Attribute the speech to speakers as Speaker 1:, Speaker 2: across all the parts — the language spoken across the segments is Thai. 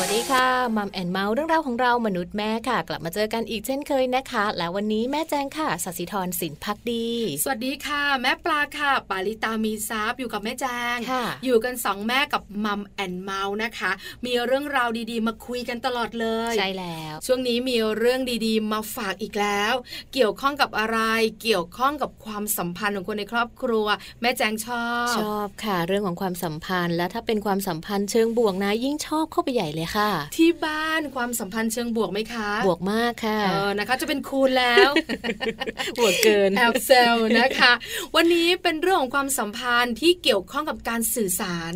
Speaker 1: สวัสดีค่ะมัมแอนเมาส์เรื่องราวของเรามนุษย์แม่ค่ะ กลับมาเจอกันอีกเช่นเคยนะคะ และวันนี้แม่แจงค่ะสัสิธรสินพักดี
Speaker 2: สวัสดีค่ะ แม่ปลาค่ะ ปาลิตามีซับอยู่กับแม่แจง
Speaker 1: ค่ะ
Speaker 2: อยู่กันสองแม่กับมัมแอนเมาส์นะคะ มีเรื่องราวดีๆ มาคุยกันตลอดเลย
Speaker 1: ใช่แล้ว
Speaker 2: ช่วงนี้มีเรื่องดีๆ มาฝากอีกแล้ว เกี่ยวข้องกับอะไร เกี่ยวข้องกับความสัมพันธ์ของคนในครอบครัว แม่แจงชอบ
Speaker 1: ชอบค่ะ เรื่องของความสัมพันธ์ และถ้าเป็นความสัมพันธ์เชิงบวกนะยิ่งชอบเข้าไปใหญ่เลยค่ะ
Speaker 2: ที่บ้านความสัมพันธ์เชิงบวกไหมคะ
Speaker 1: บวกมากค่ะ
Speaker 2: เออนะคะ จะเป็นคูณแล้ว
Speaker 1: บวกเกิ น
Speaker 2: แอบเซลนะคะ วันนี้เป็นเรื่องของความสัมพันธ์ที่เกี่ยวข้องกับการสื่อสาร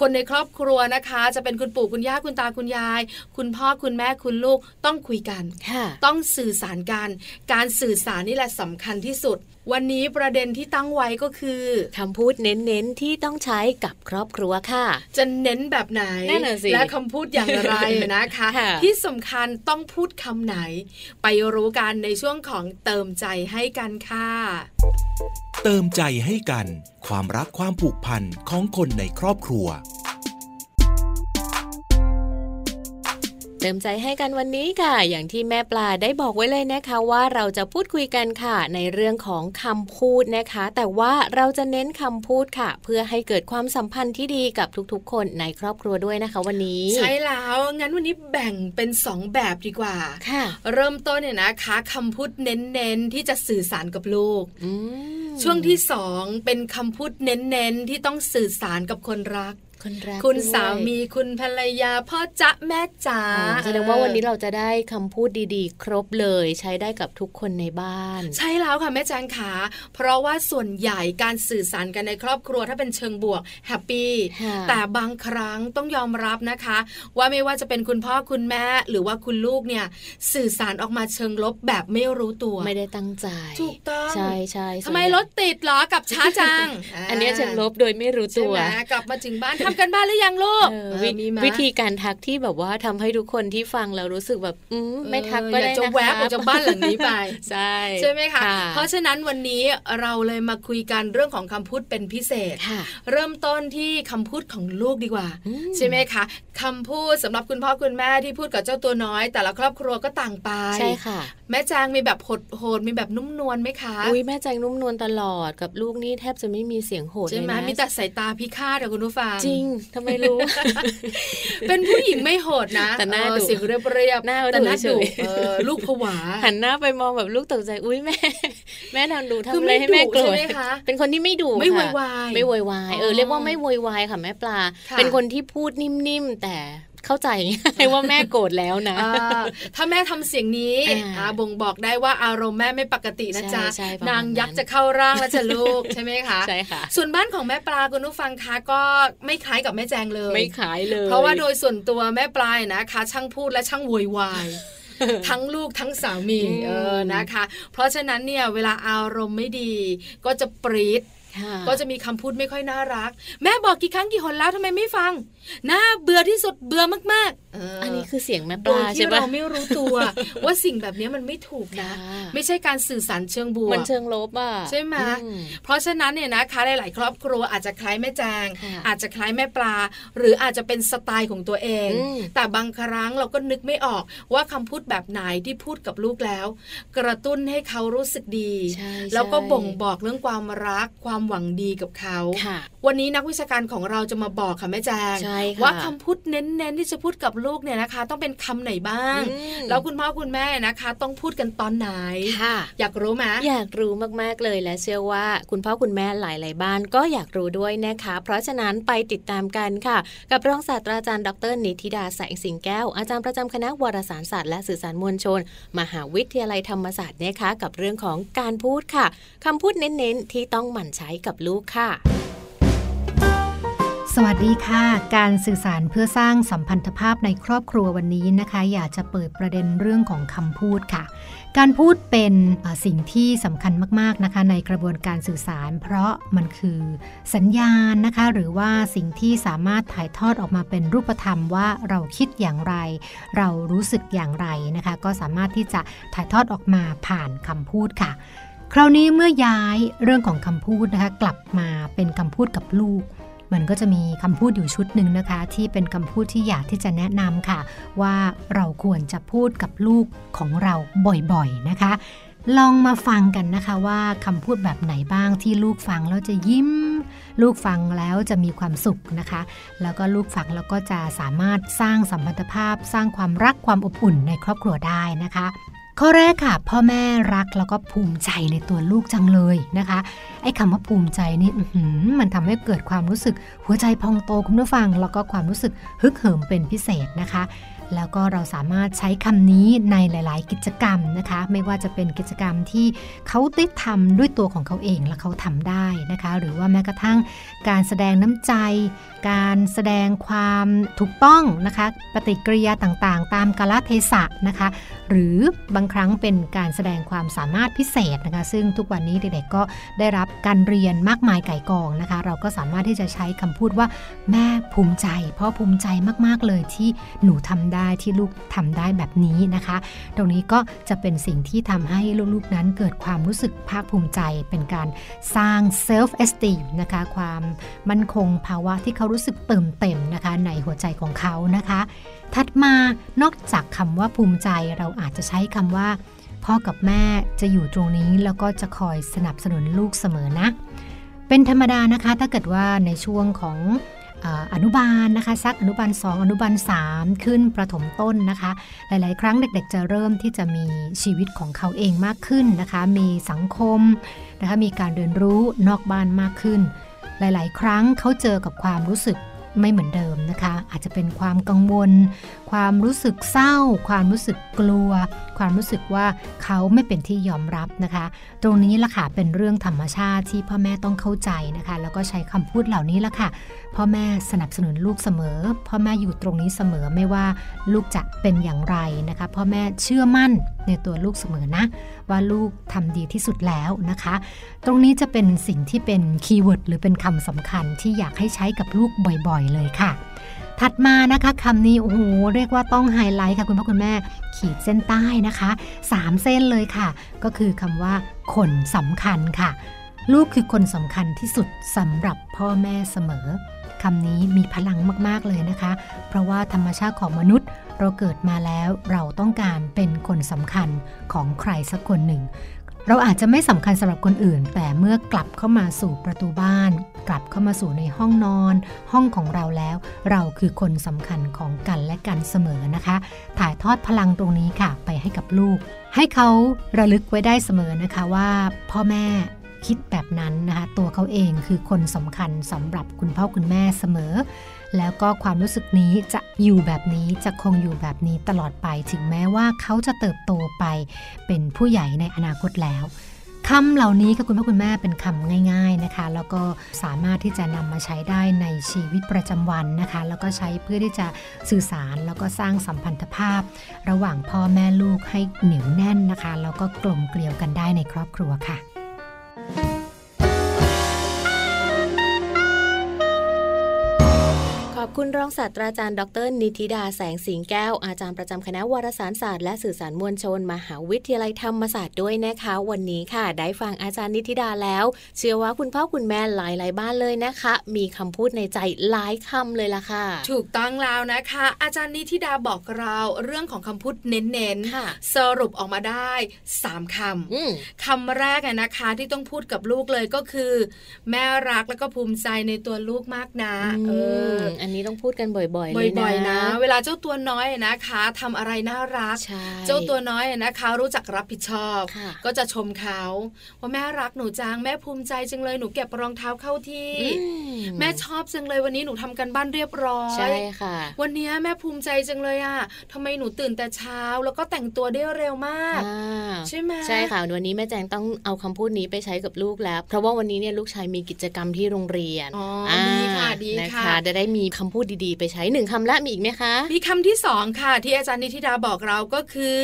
Speaker 2: คนในครอบครัวนะคะ จะเป็นคุณปู่คุณย่าคุณตาคุณยาย คุณพ่อคุณแม่คุณลูกต้องคุยกัน
Speaker 1: ค่ะ
Speaker 2: ต้องสื่อสารกัน การสื่อสารนี่แหละสำคัญที่สุด วันนี้ประเด็นที่ตั้งไว้ก็คือ
Speaker 1: คำพูดเน้นๆที่ต้องใช้กับครอบครัวค่ะ
Speaker 2: จะเน้นแบบไหน
Speaker 1: นั่นน่ะสิ
Speaker 2: และคำพูดอย่างไรนะคะ
Speaker 1: ค่ะ
Speaker 2: ที่สำคัญต้องพูดคำไหน ไปรู้กันในช่วงของเติมใจให้กันค่ะ
Speaker 3: เติมใจให้กัน ความรักความผูกพันของคนในครอบครัว
Speaker 1: เติมใจให้กันวันนี้ค่ะ อย่างที่แม่ปลาได้บอกไว้เลยนะคะว่าเราจะพูดคุยกันค่ะ ในเรื่องของคำพูดนะคะ แต่ว่าเราจะเน้นคำพูดค่ะ เพื่อให้เกิดความสัมพันธ์ที่ดีกับทุกๆ คนในครอบครัวด้วยนะคะ วันนี้
Speaker 2: ใช่แล้วงั้นวันนี้แบ่งเป็น 2 แบบดีกว่า
Speaker 1: ค่ะ
Speaker 2: เริ่มต้นเนี่ยนะคะคำพูดเน้นๆที่จะสื่อสารกับลูก
Speaker 1: อืม
Speaker 2: ช่วงที่สองเป็นคำพูดเน้นๆที่ต้องสื่อสารกับคนรัก
Speaker 1: คนรัก
Speaker 2: คุณ
Speaker 1: ด้วย
Speaker 2: สามีคุณภรรยาพ่อจ๊ะแม่จ๋า
Speaker 1: อ๋อแสดงว่าวันนี้เราจะได้คำพูดดีๆ ครบเลย ใช้ได้กับทุกคนในบ้าน
Speaker 2: ใช่แล้วค่ะแม่แจงขาเพราะว่าส่วนใหญ่การสื่อสารกันในครอบครัวถ้าเป็นเชิงบวกแฮปปี้
Speaker 1: ค่ะ
Speaker 2: แต่บางครั้งต้องยอมรับนะคะ ว่าไม่ว่าจะเป็นคุณพ่อคุณแม่หรือว่าคุณลูกเนี่ยสื่อสารออกมาเชิงลบแบบไม่รู้ตัว
Speaker 1: ไม่ได้ตั้งใจ
Speaker 2: ถูกต้อง
Speaker 1: ใช่ใช่ส่วน
Speaker 2: ทำไม
Speaker 1: ใหญ่
Speaker 2: รถติดเหรอกับช้าจั ง
Speaker 1: อันเนี้ยเชิงลบโดยไม่รู้
Speaker 2: ใช่
Speaker 1: ตัว
Speaker 2: ไหมกลับมาถึงบ้านทำกันบ้านหรือยังลูก
Speaker 1: เออ
Speaker 2: เออ
Speaker 1: วิ
Speaker 2: มีไหม
Speaker 1: วิธีการทักที่แบบว่าทำให้ทุกคนที่ฟังแล้วรู้สึกแบบ อืมไม่ทักก็
Speaker 2: เอออ
Speaker 1: ได้นะ
Speaker 2: ยาจะแวบอ อกจากบ้านหลังนี้ไป
Speaker 1: ใช่
Speaker 2: ใช่ไหมคะ เพ
Speaker 1: เพราะ
Speaker 2: ราะฉะนั้นวันนี้เราเลยมาคุยกันเรื่องของคำพูดเป็นพิเศษ
Speaker 1: ค่ะ
Speaker 2: เริ่มต้นที่คำพูดของลูกดีกว่า
Speaker 1: อืม
Speaker 2: ใช่ไหมคะคำพูดสำหรับคุณพ่อคุณแม่ที่พูดกับเจ้าตัวน้อย แต่ละครอบครัวก็ต่างไป
Speaker 1: ใช่ค่ะ
Speaker 2: แม่จางมีแบบโหดๆมีแบบนุ่มนวลไหมคะ
Speaker 1: อุ้ยแม่ใจนุ่มนวลตลอดกับลูกนี่แทบจะไม่มีเสียงโหด
Speaker 2: ใช่
Speaker 1: เลย
Speaker 2: ไหม
Speaker 1: นะ
Speaker 2: มีแต่สายตาพิฆาตอะคุณผู้ฟัง
Speaker 1: จริงทำไมรู้
Speaker 2: เป็นผู้หญิงไม่โหดนะ
Speaker 1: แต่หน้าดุ
Speaker 2: เออเสียงเรียบเรียบ
Speaker 1: หน้า
Speaker 2: แต่หน้า
Speaker 1: เฉ
Speaker 2: ดุ
Speaker 1: ย
Speaker 2: เออลูกผวา
Speaker 1: หันหน้าไปมองแบบลูกตกใจอุ้ยแม่ แม่นอนดู
Speaker 2: คือ
Speaker 1: ทำอะ
Speaker 2: ไม่
Speaker 1: ไรให้แม่
Speaker 2: ดุ
Speaker 1: โกรธ
Speaker 2: ใช่ไหมคะ
Speaker 1: เป็นคนที่ไม่ดุ
Speaker 2: ไม่
Speaker 1: ค่ะ
Speaker 2: โวยวาย
Speaker 1: ไม่โวยวายเออเรียกว่าไม่โวยวายค่ะแม่ปลา
Speaker 2: ค่ะ
Speaker 1: เป็นคนที่พูดนิ่มๆแต่เข้าใจ ว่าแม่โกรธแล้วนะ
Speaker 2: อ่าถ้าแม่ทำเสียงนี้
Speaker 1: อ่า
Speaker 2: อ่าบ่งบอกได้ว่าอารมณ์แม่ไม่ปกตินะจ๊ะ
Speaker 1: ใช่ใช่ประมาณนั้น
Speaker 2: นางยักษ์จะเข้าร่างแล้วจะลูกใช่ไหมคะ
Speaker 1: ใช่ค่ะ
Speaker 2: ส่วนบ้านของแม่ปลาคุณผู้ฟังคะก็ไม่คล้ายกับแม่แจงเลย
Speaker 1: ไม่ขายเลย
Speaker 2: เพราะว่าโดยส่วนตัวแม่ปลายนะคะ ช่างพูดและช่างโวยวาย ทั้งลูกทั้งสามีเออนะคะ เพราะฉะนั้นเนี่ยเวลาอารมณ์ไม่ดี ก็จะปรีด
Speaker 1: ค่ะ
Speaker 2: ก็จะมีคำพูดไม่ค่อยน่ารัก แม่บอกกี่ครั้งกี่หนแล้วทำไมไม่ฟังน่าเบื่อที่สุดเบื่อมากๆเ
Speaker 1: อันนี้คือเสียงแม่ป
Speaker 2: โดย
Speaker 1: ลา
Speaker 2: ที่
Speaker 1: ใช่ปะ
Speaker 2: เราไม่รู้ตัว ว่าสิ่งแบบนี้มันไม่ถูกนะ
Speaker 1: ค่ะ
Speaker 2: ไม่ใช่การสื่อสารเชิงบว
Speaker 1: มั
Speaker 2: ก
Speaker 1: นเชิงลบอ่ะ
Speaker 2: ใช่ไหม
Speaker 1: อื
Speaker 2: เพราะฉะนั้นเนี่ยนะคะหลาย ๆ ครอบครัวอาจจะคล้ายแม่แจง
Speaker 1: ค่ะ
Speaker 2: อาจจะคล้ายแม่ปลา หรืออาจจะเป็นสไตล์ของตัวเอง
Speaker 1: อืม
Speaker 2: แต่บางครั้งเราก็นึกไม่ออกว่าคำพูดแบบไหนที่พูดกับลูกแล้ว กระตุ้นให้เขารู้สึกดี
Speaker 1: ใช่
Speaker 2: แล้วก็
Speaker 1: ใช่
Speaker 2: บ่งบอกเรื่องความรักความหวังดีกับเขา
Speaker 1: ค่ะ
Speaker 2: วันนี้นักวิชาการของเราจะมาบอกค่ะแม่แจง
Speaker 1: ใช่ค่ะ
Speaker 2: ว่าคำพูดเน้นๆที่จะพูดกับลูกเนี่ยนะคะ ต้องเป็นคำไหนบ้าง
Speaker 1: อืม
Speaker 2: แล้วคุณพ่อคุณแม่นะคะ ต้องพูดกันตอนไหน
Speaker 1: ค่ะ
Speaker 2: อยากรู้ไหม
Speaker 1: อยากรู้มาก ๆ เลยและเชื่อว่า คุณพ่อคุณแม่หลาย ๆ บ้านก็อยากรู้ด้วยนะคะ เพราะฉะนั้นไปติดตามกันค่ะ กับรองศาสตราจารย์ดรนิติดาแสงสิงแก้ว อาจารย์ประจำคณะวารสารศาสตร์และสื่อสารมวลชน มหาวิทยาลัยธรรมศาสตร์นะคะ กับเรื่องของการพูดค่ะคำพูดเน้น ๆ ที่ต้องหมั่นใช้กับลูกค่ะ
Speaker 4: สวัสดีค่ะ การสื่อสารเพื่อสร้างสัมพันธภาพในครอบครัววันนี้นะคะ อยากจะเปิดประเด็นเรื่องของคำพูดค่ะ การพูดเป็นเอ่อสิ่งที่สำคัญมาก ๆ นะคะ ในกระบวนการสื่อสาร เพราะมันคือสัญญาณนะคะ หรือว่าสิ่งที่สามารถถ่ายทอดออกมาเป็นรูปธรรมว่าเราคิดอย่างไร เรารู้สึกอย่างไรนะคะ ก็สามารถที่จะถ่ายทอดออกมาผ่านคำพูดค่ะ ใค คราวนี้เมื่อย้ายเรื่องของคำพูดนะคะกลับมาเป็นคำพูดกับลูก มันก็จะมีคำพูดอยู่ชุดหนึ่งนะคะ ที่เป็นคำพูดที่อยากที่จะแนะนำค่ะ ว่าเราควรจะพูดกับลูกของเราบ่อยๆนะคะ ลองมาฟังกันนะคะว่าคำพูดแบบไหนบ้างที่ลูกฟังแล้วจะยิ้ม ลูกฟังแล้วจะมีความสุขนะคะ แล้วก็ลูกฟังแล้วก็จะสามารถสร้างสัมพันธภาพ สร้างความรักความอบอุ่นในครอบครัวได้นะคะ ข้อแรกค่ะ พ่อแม่รักแล้วก็ภูมิใจในตัวลูกจังเลยนะคะ ไอ้คำว่าภูมิใจนี่อื้อหือมันทำให้เกิดความรู้สึกหัวใจพองโตคุณผู้ฟัง แล้วก็ความรู้สึกฮึกเหิมเป็นพิเศษนะคะ แล้วก็เราสามารถใช้คำนี้ในหลาย ๆ กิจกรรมนะคะ ไม่ว่าจะเป็นกิจกรรมที่เขาได้ทำด้วยตัวของเขาเองและเขาทำได้นะคะ หรือว่าแม้กระทั่งการแสดงน้ำใจ การแสดงความถูกต้องนะคะ ปฏิกิริยาต่าง ๆ ตามกาลเทศะนะคะ หรือบางครั้งเป็นการแสดงความสามารถพิเศษนะคะ ซึ่งทุกวันนี้เด็กๆก็ได้รับการเรียนมากมายไก่ายกองนะคะ เราก็สามารถที่จะใช้คำพูดว่า แม่ภูมิใจพ่อภูมิใจมากๆเลยที่หนูทำได้ที่ลูกทำได้แบบนี้นะคะ ตรงนี้ก็จะเป็นสิ่งที่ทำให้ลูกๆนั้นเกิดความรู้สึกภาคภูมิใจ เป็นการสร้าง self esteem นะคะ ความมั่นคงภาวะที่เขารู้สึกเติมเต็มนะคะ ในหัวใจของเขานะคะ ถัดมานอกจากคำว่าภูมิใจเราอาจจะใช้คำว่า พ่อกับแม่จะอยู่ตรงนี้แล้วก็จะคอยสนับสนุนลูกเสมอนะ เป็นธรรมดานะคะถ้าเกิดว่าในช่วงของเอ่ออนุบาลนะคะสักอนุบาล 2 อนุบาล 3 ขึ้นประถมต้นนะคะ หลาย ๆ ครั้งเด็ก ๆ จะเริ่มที่จะมีชีวิตของเขาเองมากขึ้นนะคะ มีสังคมนะคะมีการเรียนรู้นอกบ้านมากขึ้น หลาย ๆ ครั้งเขาเจอกับความรู้สึกไม่เหมือนเดิมนะคะ อาจจะเป็นความกังวล ความรู้สึกเศร้า ความรู้สึกกลัว ความรู้สึกว่าเขาไม่เป็นที่ยอมรับนะคะ ตรงนี้ล่ะค่ะเป็นเรื่องธรรมชาติที่พ่อแม่ต้องเข้าใจนะคะ แล้วก็ใช้คำพูดเหล่านี้ล่ะค่ะ พ่อแม่สนับสนุนลูกเสมอ พ่อแม่อยู่ตรงนี้เสมอไม่ว่าลูกจะเป็นอย่างไรนะคะ พ่อแม่เชื่อมั่นในตัวลูกเสมอนะ ว่าลูกทำดีที่สุดแล้วนะคะ ตรงนี้จะเป็นสิ่งที่เป็นคีย์เวิร์ดหรือเป็นคำสำคัญที่อยากให้ใช้กับลูกบ่อยๆ เลยค่ะ ถัดมานะคะคำนี้โอ้โหเรียกว่าต้องไฮไลท์ค่ะคุณพ่อคุณแม่ขีดเส้นใต้นะคะสามเส้นเลยค่ะ ก็คือคำว่าคนสำคัญค่ะ ลูกคือคนสำคัญที่สุดสำหรับพ่อแม่เสมอคำนี้มีพลังมากๆเลยนะคะ เพราะว่าธรรมชาติของมนุษย์ เราเกิดมาแล้วเราต้องการเป็นคนสำคัญของใครสักคนหนึ่ง เราอาจจะไม่สำคัญสำหรับคนอื่น แต่เมื่อกลับเข้ามาสู่ประตูบ้าน กลับเข้ามาสู่ในห้องนอน ห้องของเราแล้ว เราคือคนสำคัญของกันและกันเสมอนะคะ ถ่ายทอดพลังตรงนี้ค่ะ ไปให้กับลูก ให้เขาระลึกไว้ได้เสมอนะคะว่าพ่อแม่คิดแบบนั้นนะคะ ตัวเขาเองคือคนสำคัญสำหรับคุณพ่อคุณแม่เสมอ แล้วก็ความรู้สึกนี้จะอยู่แบบนี้จะคงอยู่แบบนี้ตลอดไปถึงแม้ว่าเขาจะเติบโตไป เป็นผู้ใหญ่ในอนาคตแล้วคำเหล่านี้ค่ะคุณพ่อคุณแม่เป็นคำง่าย ๆนะคะ แล้วก็สามารถที่จะนำมาใช้ได้ในชีวิตประจำวันนะคะ แล้วก็ใช้เพื่อที่จะสื่อสารแล้วก็สร้างสัมพันธภาพ ระหว่างพ่อแม่ลูกให้เหนียวแน่นนะคะ แล้วก็กลมเกลียวกันได้ในครอบครัวค่ะ
Speaker 1: ขอบคุณรองศาสตราจารย์ดร นิติดาแสงสิงแก้ว อาจารย์ประจำคณะวารสารศาสตร์และสื่อสารมวลชน มหาวิทยาลัยธรรมศาสตร์ด้วยนะคะ วันนี้ค่ะ ได้ฟังอาจารย์นิติดาแล้ว เชื่อว่าคุณพ่อคุณแม่หลาย ๆ บ้านเลยนะคะ มีคำพูดในใจหลายคำเลยล่ะค่ะ
Speaker 2: ถูกต้องแล้วนะคะ อาจารย์นิธิดาบอกเราเรื่องของคำพูดเน้น
Speaker 1: ค่ะ
Speaker 2: ๆ สรุปออกมาได้สามคำ
Speaker 1: อืม
Speaker 2: คำแรกอะนะคะที่ต้องพูดกับลูกเลยก็คือ แม่รักแล้วก็ภูมิใจในตัวลูกมากนะเออ
Speaker 1: มอันนี้ต้องพูดกันบ่อยๆ
Speaker 2: อ
Speaker 1: เลยนะ
Speaker 2: บ่อยๆนะ เวลาเจ้าตัวน้อยอะนะคะทำอะไรน่ารัก
Speaker 1: ใช่
Speaker 2: เจ้าตัวน้อยอะนะคะ รู้จักรับผิดชอบ
Speaker 1: ค่ะ
Speaker 2: ก็จะชมเขาว่าแม่รักหนูจังแม่ภูมิใจจังเลยหนูเก็บรองเท้าเข้าที่
Speaker 1: อื
Speaker 2: แม่ชอบจังเลยวันนี้หนูทำกันบ้านเรียบร้อย
Speaker 1: ใช่ค่ะ
Speaker 2: วันนี้แม่ภูมิใจจังเลยอะทำไมหนูตื่นแต่เช้า แล้วก็แต่งตัวได้เร็วมาก
Speaker 1: อ่า
Speaker 2: ใช่ไหม
Speaker 1: ใช่ค่ะวันนี้แม่แจงต้องเอาคำพูดนี้ไปใช้กับลูกแล้ว เพราะว่าวันนี้เนี่ยลูกชายมีกิจกรรมที่โรงเรียน
Speaker 2: อ๋ออดีค่ะดี
Speaker 1: นะ
Speaker 2: ค่ะ
Speaker 1: คะจะได้มีคำพูดดีๆ ไปใช้หนึ่งคำและมีอีกไหมคะ
Speaker 2: มีคำที่สองค่ะ ที่อาจารย์นิธิดาบอกเราก็คือ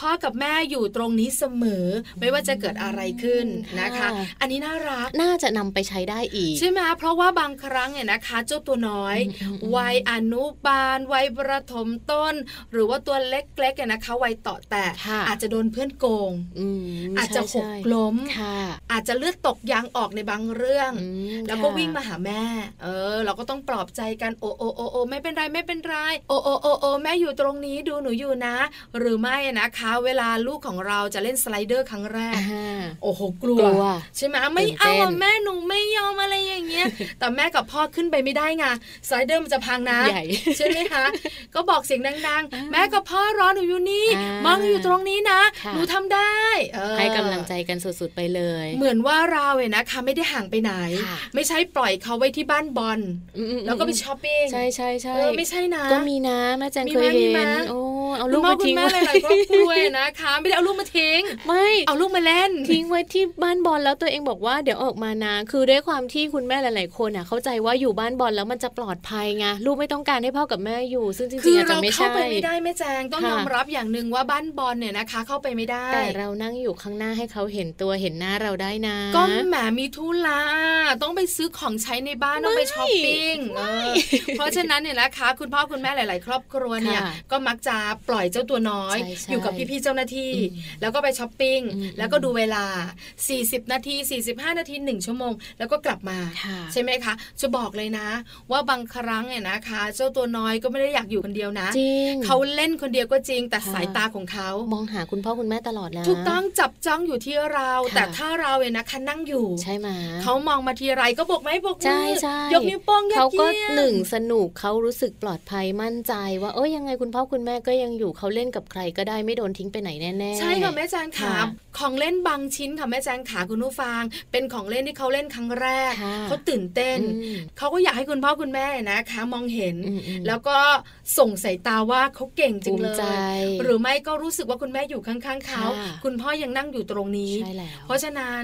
Speaker 2: พ่อกับแม่อยู่ตรงนี้เสมอ ไม่ว่าจะเกิดอะไรขึ้นนะคะ
Speaker 1: ค่ะ
Speaker 2: อันนี้น่ารัก
Speaker 1: น่าจะนำไปใช้ได้อีก
Speaker 2: ใช่ไหมเพราะว่าบางครั้งเนี่ยนะคะ เจ้าตัวน้อย
Speaker 1: อืมอืมอืม
Speaker 2: วัยอนุบาล วัยประถมต้น หรือว่าตัวเล็กๆเนี่ยนะคะ วัยต่อแต่
Speaker 1: ค่ะ
Speaker 2: อาจจะโดนเพื่อนโกง
Speaker 1: อืม
Speaker 2: อาจจะห
Speaker 1: ใช่
Speaker 2: ก
Speaker 1: ใช่
Speaker 2: ล้ม
Speaker 1: ค่ะ
Speaker 2: อาจจะเลือดตกยางออกในบางเรื่อง
Speaker 1: อืม
Speaker 2: แล้วก็
Speaker 1: ค่ะ
Speaker 2: วิ่งมาหาแม่ เออ เราก็ต้องปลอบใจกัน โอโอโอโอไม่เป็นไรไม่เป็นไร โอโอโอโอแม่อยู่ตรงนี้ดูหนูอยู่นะ หรือไม่นะคะ เวลาลูกของเราจะเล่นสไลเดอร์ครั้งแรก
Speaker 1: อ่าฮะ
Speaker 2: โอ้โหก
Speaker 1: ก
Speaker 2: ลั
Speaker 1: ลัว
Speaker 2: ใช่ไหมไม่
Speaker 1: ตื่
Speaker 2: เอา
Speaker 1: นเต้
Speaker 2: อะ
Speaker 1: น
Speaker 2: แม่หนูไม่ยอมอะไรอย่างเงี้ย แต่แม่กับพ่อขึ้นไปไม่ได้ไงสไลเดอร์มันจะพังนะ
Speaker 1: ใหญ่
Speaker 2: ใช่ไหมคะ ก็บอกเสียงดัง
Speaker 1: อ่า
Speaker 2: ๆ แม่กับพ่อรอหนูอยู่นี่
Speaker 1: อ่าม
Speaker 2: มองหนูอยู่ตรงนี้นะ
Speaker 1: ค่ะ
Speaker 2: หนูทำได้เออ
Speaker 1: ให้กำลังใจกันสุดๆไปเลย
Speaker 2: เหมือนว่าเราเนี่ยนะคะไม่ได้ห่างไปไหน
Speaker 1: ค่ะ
Speaker 2: ไม่ใช่ปล่อยเขาไว้ที่บ้านบอล
Speaker 1: อืมอืม
Speaker 2: แล้วก็ไปช้อปปิ้ง
Speaker 1: ใช่ใช่ใช่
Speaker 2: เออไม่ใช่นะ
Speaker 1: ก็มีนะแม่แจง
Speaker 2: มี
Speaker 1: เคย
Speaker 2: ไหมมี
Speaker 1: เห็
Speaker 2: ไหม
Speaker 1: นโอ้เอา
Speaker 2: คุณ
Speaker 1: ลูก
Speaker 2: พ่อ
Speaker 1: มา
Speaker 2: คุณ
Speaker 1: ทิ้ง
Speaker 2: แม่ห
Speaker 1: ไว้
Speaker 2: ลายๆครอบครัวเนี่ยนะคะ ไม่ได้เอาลูกมาทิ้ ง
Speaker 1: ไม่
Speaker 2: เอาลูกมาเล่น
Speaker 1: ทิ้งไว้ที่บ้านบอลแล้วตัวเองบอกว่าเดี๋ยวออกมานะคือด้วยความที่คุณแม่หลาย ๆ คนอ่ะ เข้าใจว่าอยู่บ้านบอลแล้วมันจะปลอดภัยไงลูกไม่ต้องการให้พ่อกับแม่อยู่ ซึ่งจริงๆ
Speaker 2: คือ
Speaker 1: อาจจะ
Speaker 2: เรา
Speaker 1: ไม่
Speaker 2: เข้า
Speaker 1: ใช่
Speaker 2: ไปไม่ได้แม่แจงต้อง
Speaker 1: ค่ะ
Speaker 2: ยอมรับอย่างหนึ่งว่าบ้านบอลเนี่ยนะคะ เข้าไปไม่ได้
Speaker 1: แต่เรานั่งอยู่ข้างหน้าให้เขาเห็นตัวเห็นหน้าเราได้นะ
Speaker 2: ก็แหมมีทุลาต้องไปซื้อของใช้ในบ้านต้องไปช้อปปิ้งเออเพราะฉะนั้นเนี่ยนะคะ คุณพ่อคุณแม่หลาย ๆ ครอบครัวเนี่ย
Speaker 1: ค่ะ
Speaker 2: ก็มักจะปล่อยเจ้าตัวน้อย
Speaker 1: ใช่ใช่
Speaker 2: อยู่กับพี่ๆเจ้าหน้าที่
Speaker 1: อืม
Speaker 2: แล้วก็ไปช้อปปิ้ง
Speaker 1: อืม
Speaker 2: แล้วก็ดูเวลา 40 นาที 45 นาที 1 ชั่วโมง แล้วก็กลับมา
Speaker 1: ค่ะ
Speaker 2: ใช่ไหมคะ จะบอกเลยนะ ว่าบางครั้งเนี่ยนะคะ เจ้าตัวน้อยก็ไม่ได้อยากอยู่คนเดียวนะ
Speaker 1: จริง
Speaker 2: เขาเล่นคนเดียวก็จริง แต่
Speaker 1: ค่ะ
Speaker 2: สายตาของเขา
Speaker 1: มองหาคุณพ่อคุณแม่ตลอดนะ
Speaker 2: ถูกต้องจับจ้องอยู่ที่เรา
Speaker 1: ค่ะ
Speaker 2: แต่ถ้าเราเนี่ยนะคะนั่งอยู่
Speaker 1: ใช่ไหม
Speaker 2: เขามองมาทีไรก็บกไม้บก
Speaker 1: ใช่
Speaker 2: มื
Speaker 1: ใช่
Speaker 2: ยกนิ้วโป้งยอด
Speaker 1: เขาก็
Speaker 2: เยี่ยม
Speaker 1: หนึ่งสนุกเขารู้สึกปลอดภัยมั่นใจ ว่าเอ้ยยังไงคุณพ่อคุณแม่ก็ยังอยู่เขาเล่นกับใครก็ได้ไม่โดนทิ้งไปไหนแน่ๆ
Speaker 2: ใช่ค่ะแม่แจงขา
Speaker 1: ค่ะ
Speaker 2: ของเล่นบางชิ้นค่ะแม่แจงขาคุณผู้ฟัง เป็นของเล่นที่เขาเล่นครั้งแรก
Speaker 1: ค่ะ
Speaker 2: เขาตื่นเต้น
Speaker 1: อืม
Speaker 2: เขาก็อยากให้คุณพ่อคุณแม่นะคะ มองเห็น
Speaker 1: อืมอืม
Speaker 2: แล้วก็ส่งสายตาว่าเขาเก่งจริง
Speaker 1: ภู
Speaker 2: เล
Speaker 1: มิใจ
Speaker 2: ย หรือไม่ก็รู้สึกว่าคุณแม่อยู่ข้างๆเขา
Speaker 1: ค่ะ
Speaker 2: คุณพ่อยังนั่งอยู่ตรงนี้
Speaker 1: ใช่แล้ว
Speaker 2: เพราะฉะนั้น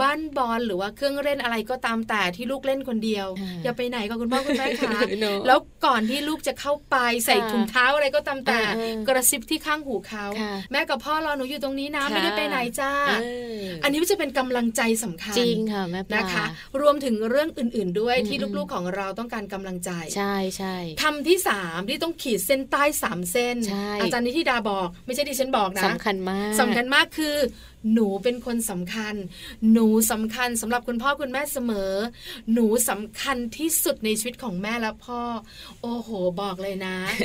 Speaker 2: บ้านบอลหรือว่าเครื่องเล่นอะไรก็ตามแต่ที่ลูกเล่นคนเดียว
Speaker 1: อ่า
Speaker 2: อย่าไปไหนกับคุณพ่อคุณแม่ค่ะ
Speaker 1: เนอะ
Speaker 2: แล้วก่อนที่ลูกจะเข้าไปใส่
Speaker 1: ค่ะ
Speaker 2: ถุงเท้าอะไรก็ตามแต่
Speaker 1: เออเออก
Speaker 2: ระซิบที่ข้างหูเขา
Speaker 1: ค่ะ
Speaker 2: แม่กับพ่อรอหนูอยู่ตรงนี้นะ
Speaker 1: ค่ะ
Speaker 2: ไม่ได้ไปไหนจ้า
Speaker 1: เออ
Speaker 2: อันนี้จะเป็นกำลังใจสำคัญ
Speaker 1: จริงค่ะแม่ปลา
Speaker 2: นะคะ รวมถึงเรื่องอื่น ๆ ด้วย
Speaker 1: อืม
Speaker 2: ที่
Speaker 1: อืม
Speaker 2: ลูกๆของเราต้องการกำลังใจ
Speaker 1: ใช่ใช่
Speaker 2: คำที่สามที่ต้องขีดเส้นใต้สามเส้น
Speaker 1: ใช่
Speaker 2: อาจารย์นิธิดาบอก ไม่ใช่ดิฉันบอกนะ
Speaker 1: สำคัญมาก
Speaker 2: สำคัญมากคือ หนูเป็นคนสำคัญ หนูสำคัญสำหรับคุณพ่อคุณแม่เสมอ หนูสำคัญที่สุดในชีวิตของแม่และพ่อ โอ้โหบอกเลยนะ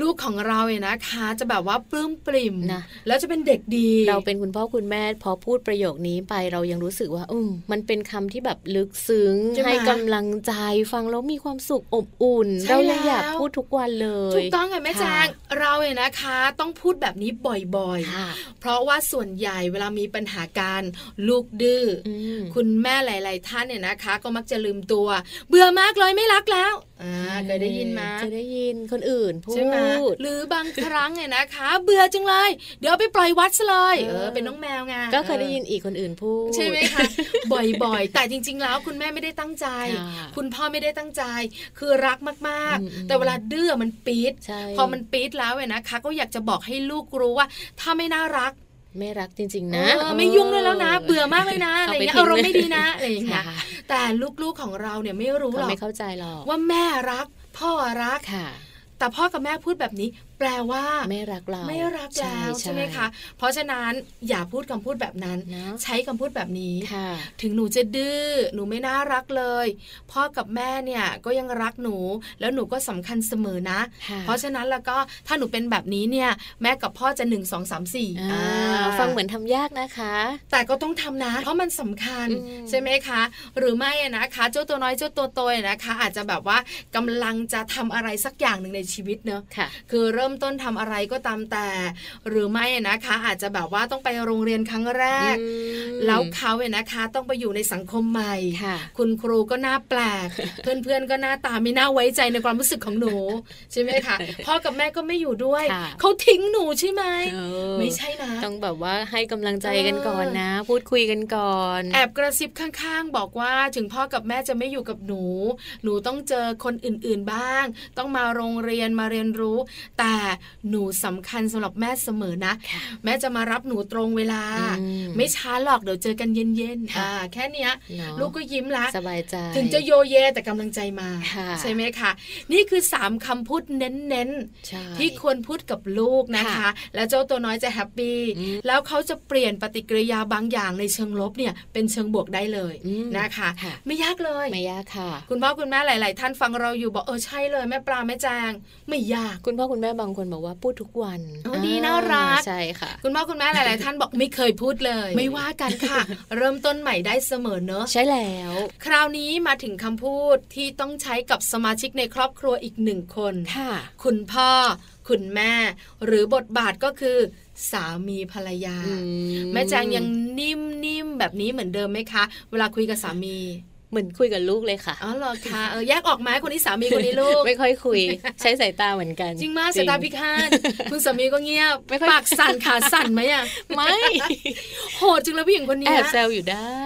Speaker 2: ลูกของเราเนี่ยนะคะ จะแบบว่าปลื้มปริ่ม
Speaker 1: นะ
Speaker 2: แล้วจะเป็นเด็กดี
Speaker 1: เราเป็นคุณพ่อคุณแม่พอพูดประโยคนี้ไปเรายังรู้สึกว่า อืมมันเป็นคำที่แบบลึกซึ้ง
Speaker 2: ช่ไม
Speaker 1: ให้กำลังใจฟังแล้วมีความสุขอบอุ่น
Speaker 2: ใช่
Speaker 1: เราเลยอยาก
Speaker 2: แล้ว
Speaker 1: พูดทุกวันเลย
Speaker 2: ถูกต้องค่ะแม่
Speaker 1: ค่ะ
Speaker 2: แจงเราเนี่ยนะคะ ต้องพูดแบบนี้บ่อย
Speaker 1: ค่ะ
Speaker 2: ๆ เพราะว่าส่วนใหญ่เวลามีปัญหาการลูกดื้ออ
Speaker 1: อืม
Speaker 2: คุณแม่หลาย ๆ ท่านเนี่ยนะคะ ก็มักจะลืมตัว เบื่อมากเลยไม่รักแล้วอ่าเคยได้ยินมา
Speaker 1: เคยได้ยินคนอื่นพูด
Speaker 2: ใช่ไหมหรือบางครั้งเนี่ยนะคะ เบื่อจังเลย เดี๋ยวเอาไปปล่อยวัดซะเลยเอ
Speaker 1: เอ
Speaker 2: อ
Speaker 1: อ
Speaker 2: เป็นน้องแมวไง
Speaker 1: ก็เคยได้ยินอีกคนอื่นพูด
Speaker 2: ใช่ไหมคะ บ่อย ๆ แต่จริง ๆ แล้วคุณแม่ไม่ได้ตั้งใจ
Speaker 1: ค่ะ
Speaker 2: คุณพ่อไม่ได้ตั้งใจ คือรักมาก
Speaker 1: อืม
Speaker 2: ๆ แต่เวลาดื้อมันปี๊ด
Speaker 1: ใช่
Speaker 2: พอมันปี๊ดแล้วเนี่ยนะคะ ก็อยากจะบอกให้ลูกรู้ว่า ถ้าไม่น่ารัก
Speaker 1: ไม่รักจริง ๆ นะ
Speaker 2: เออไม่ยุ่งด้วยแล้วนะ เบื่อมากเลยนะอะไรอย่างเงี้ย
Speaker 1: ป
Speaker 2: อารม
Speaker 1: ทิ้
Speaker 2: ณ์ไม่ดีนะอะไรอย่างเงี้ย
Speaker 1: ค่ะ
Speaker 2: แต่ลูกๆของเราเนี่ยไม่รู้หร
Speaker 1: เขา
Speaker 2: อก
Speaker 1: ไม่เข้าใจหรอก
Speaker 2: ว่าแม่รัก พ่อรัก
Speaker 1: ค่ะ
Speaker 2: แต่พ่อกับแม่พูดแบบนี้ แปลว่า
Speaker 1: ไม่รักเรา
Speaker 2: ไม่รักแล้วใช่ไหมคะ
Speaker 1: ใช่
Speaker 2: เพราะฉะนั้นอย่าพูดคำพูดแบบนั้น
Speaker 1: เนอะ
Speaker 2: ใช้คำพูดแบบนี้
Speaker 1: ค่ะ
Speaker 2: ถึงหนูจะดื้อหนูไม่น่ารักเลย พ่อกับแม่เนี่ยก็ยังรักหนู แล้วหนูก็สำคัญเสมอนะ
Speaker 1: ค่ะ
Speaker 2: เพราะฉะนั้นแล้วก็ถ้าหนูเป็นแบบนี้เนี่ย แม่กับพ่อจะหนึ่งสองสามสี่
Speaker 1: อ่า
Speaker 2: อ่า
Speaker 1: ฟังเหมือนทำยากนะคะ
Speaker 2: แต่ก็ต้องทำนะ เพราะมันสำคัญ
Speaker 1: อืม
Speaker 2: ใช่ไหมคะ หรือไม่อะนะคะ เจ้าตัวน้อยเจ้าตัวโตอะนะคะ อาจจะแบบว่ากำลังจะทำอะไรสักอย่างหนึ่งในชีวิตเนอะ
Speaker 1: ค่ะ
Speaker 2: คือเริ่มต้นทำอะไรก็ตามแต่ หรือไม่อะนะคะ อาจจะแบบว่าต้องไปโรงเรียนครั้งแรก
Speaker 1: อืม
Speaker 2: แล้วเขาเนี่ยนะคะ ต้องไปอยู่ในสังคมใหม่
Speaker 1: ค่ะ
Speaker 2: คุณครูก็หน้าแปล ก เพื่อนๆก็หน้าตาไม่น่าไว้ใจในความรู้สึกของหนู ใช่ไหมคะพ่อกับแม่ก็ไม่อยู่ด้วย
Speaker 1: ค่ะ
Speaker 2: เขาทิ้งหนูใช่ไหม
Speaker 1: เออ
Speaker 2: ไม่ใช่นะ
Speaker 1: ต้องแบบว่าให้กำลังใจกันก่อนนะ พูดคุยกันก่อน
Speaker 2: แอบกระซิบข้างๆ บอกว่าถึงพ่อกับแม่จะไม่อยู่กับหนู หนูต้องเจอคนอื่นๆบ้าง ต้องมาโรงเรียนมาเรียนรู้ แต่ แต่หนูสำคัญสำหรับแม่เสมอนะ แม่จะมารับหนูตรงเวลา
Speaker 1: อืม
Speaker 2: ไม่ช้าหรอกเดี๋ยวเจอกันเย็นๆ
Speaker 1: ค่ะ
Speaker 2: อ่าแค่เนี้ย
Speaker 1: เนอะ
Speaker 2: ลูกก็ยิ้มละ
Speaker 1: สบายใจ
Speaker 2: ถึงจะโยเยแต่กำลังใจมา
Speaker 1: ค่ะ
Speaker 2: ใช่ไหมคะนี่คือ 3คำพูดเน้น
Speaker 1: ใช่
Speaker 2: ๆ ที่ควรพูดกับลูกนะคะ
Speaker 1: ค่ะ
Speaker 2: แล้วเจ้าตัวน้อยจะแฮปปี้
Speaker 1: อืม
Speaker 2: แล้วเขาจะเปลี่ยนปฏิกิริยาบางอย่างในเชิงลบเนี่ยเป็นเชิงบวกได้เลย
Speaker 1: อืม
Speaker 2: นะคะ
Speaker 1: ค่ะ
Speaker 2: ไม่ยากเลย
Speaker 1: ไม่ยากค่ะ
Speaker 2: คุณพ่อคุณแม่หลาย ๆ ท่านฟังเราอยู่บอกเออใช่เลยแม่ปลาแม่แจงไม่ยาก
Speaker 1: คุณพ่อคุณแม่บางคนบอกว่าพูดทุกวัน
Speaker 2: โอ้ดีน่ารัก
Speaker 1: ใช่ค่ะ
Speaker 2: คุณพ่อคุณแม่หลาย ๆ ท่านบอกไม่เคยพูดเลย ไม่ว่ากันค่ะ เริ่มต้นใหม่ได้เสมอเนอะ
Speaker 1: ใช่แล้ว
Speaker 2: คราวนี้มาถึงคำพูดที่ต้องใช้กับสมาชิกในครอบครัวอีกหนึ่งคน
Speaker 1: ค่ะ
Speaker 2: คุณพ่อ คุณแม่ หรือบทบาทก็คือ สามีภรรยา แม่แจงยังนิ่มๆแบบนี้เหมือนเดิมไหมคะ เวลาคุยกับสามี
Speaker 1: เหมือนคุยกับลูกเลยค่ะ
Speaker 2: อ๋อเหรอคะเออแยกออกไหมคนนี้สามีคนนี้ลูก
Speaker 1: ไม่ค่อยคุย ใช้สายตาเหมือนกัน
Speaker 2: จริงมากสายตาพิฆาตคุณสามีก็เงียบ
Speaker 1: ไม่ค่อย
Speaker 2: ปากสั่นขาสั่นไหมอะ
Speaker 1: ไม่
Speaker 2: โหดจังเลยผู้หญิงค น
Speaker 1: แอ
Speaker 2: เนี้ย
Speaker 1: บแซวอยู่ได้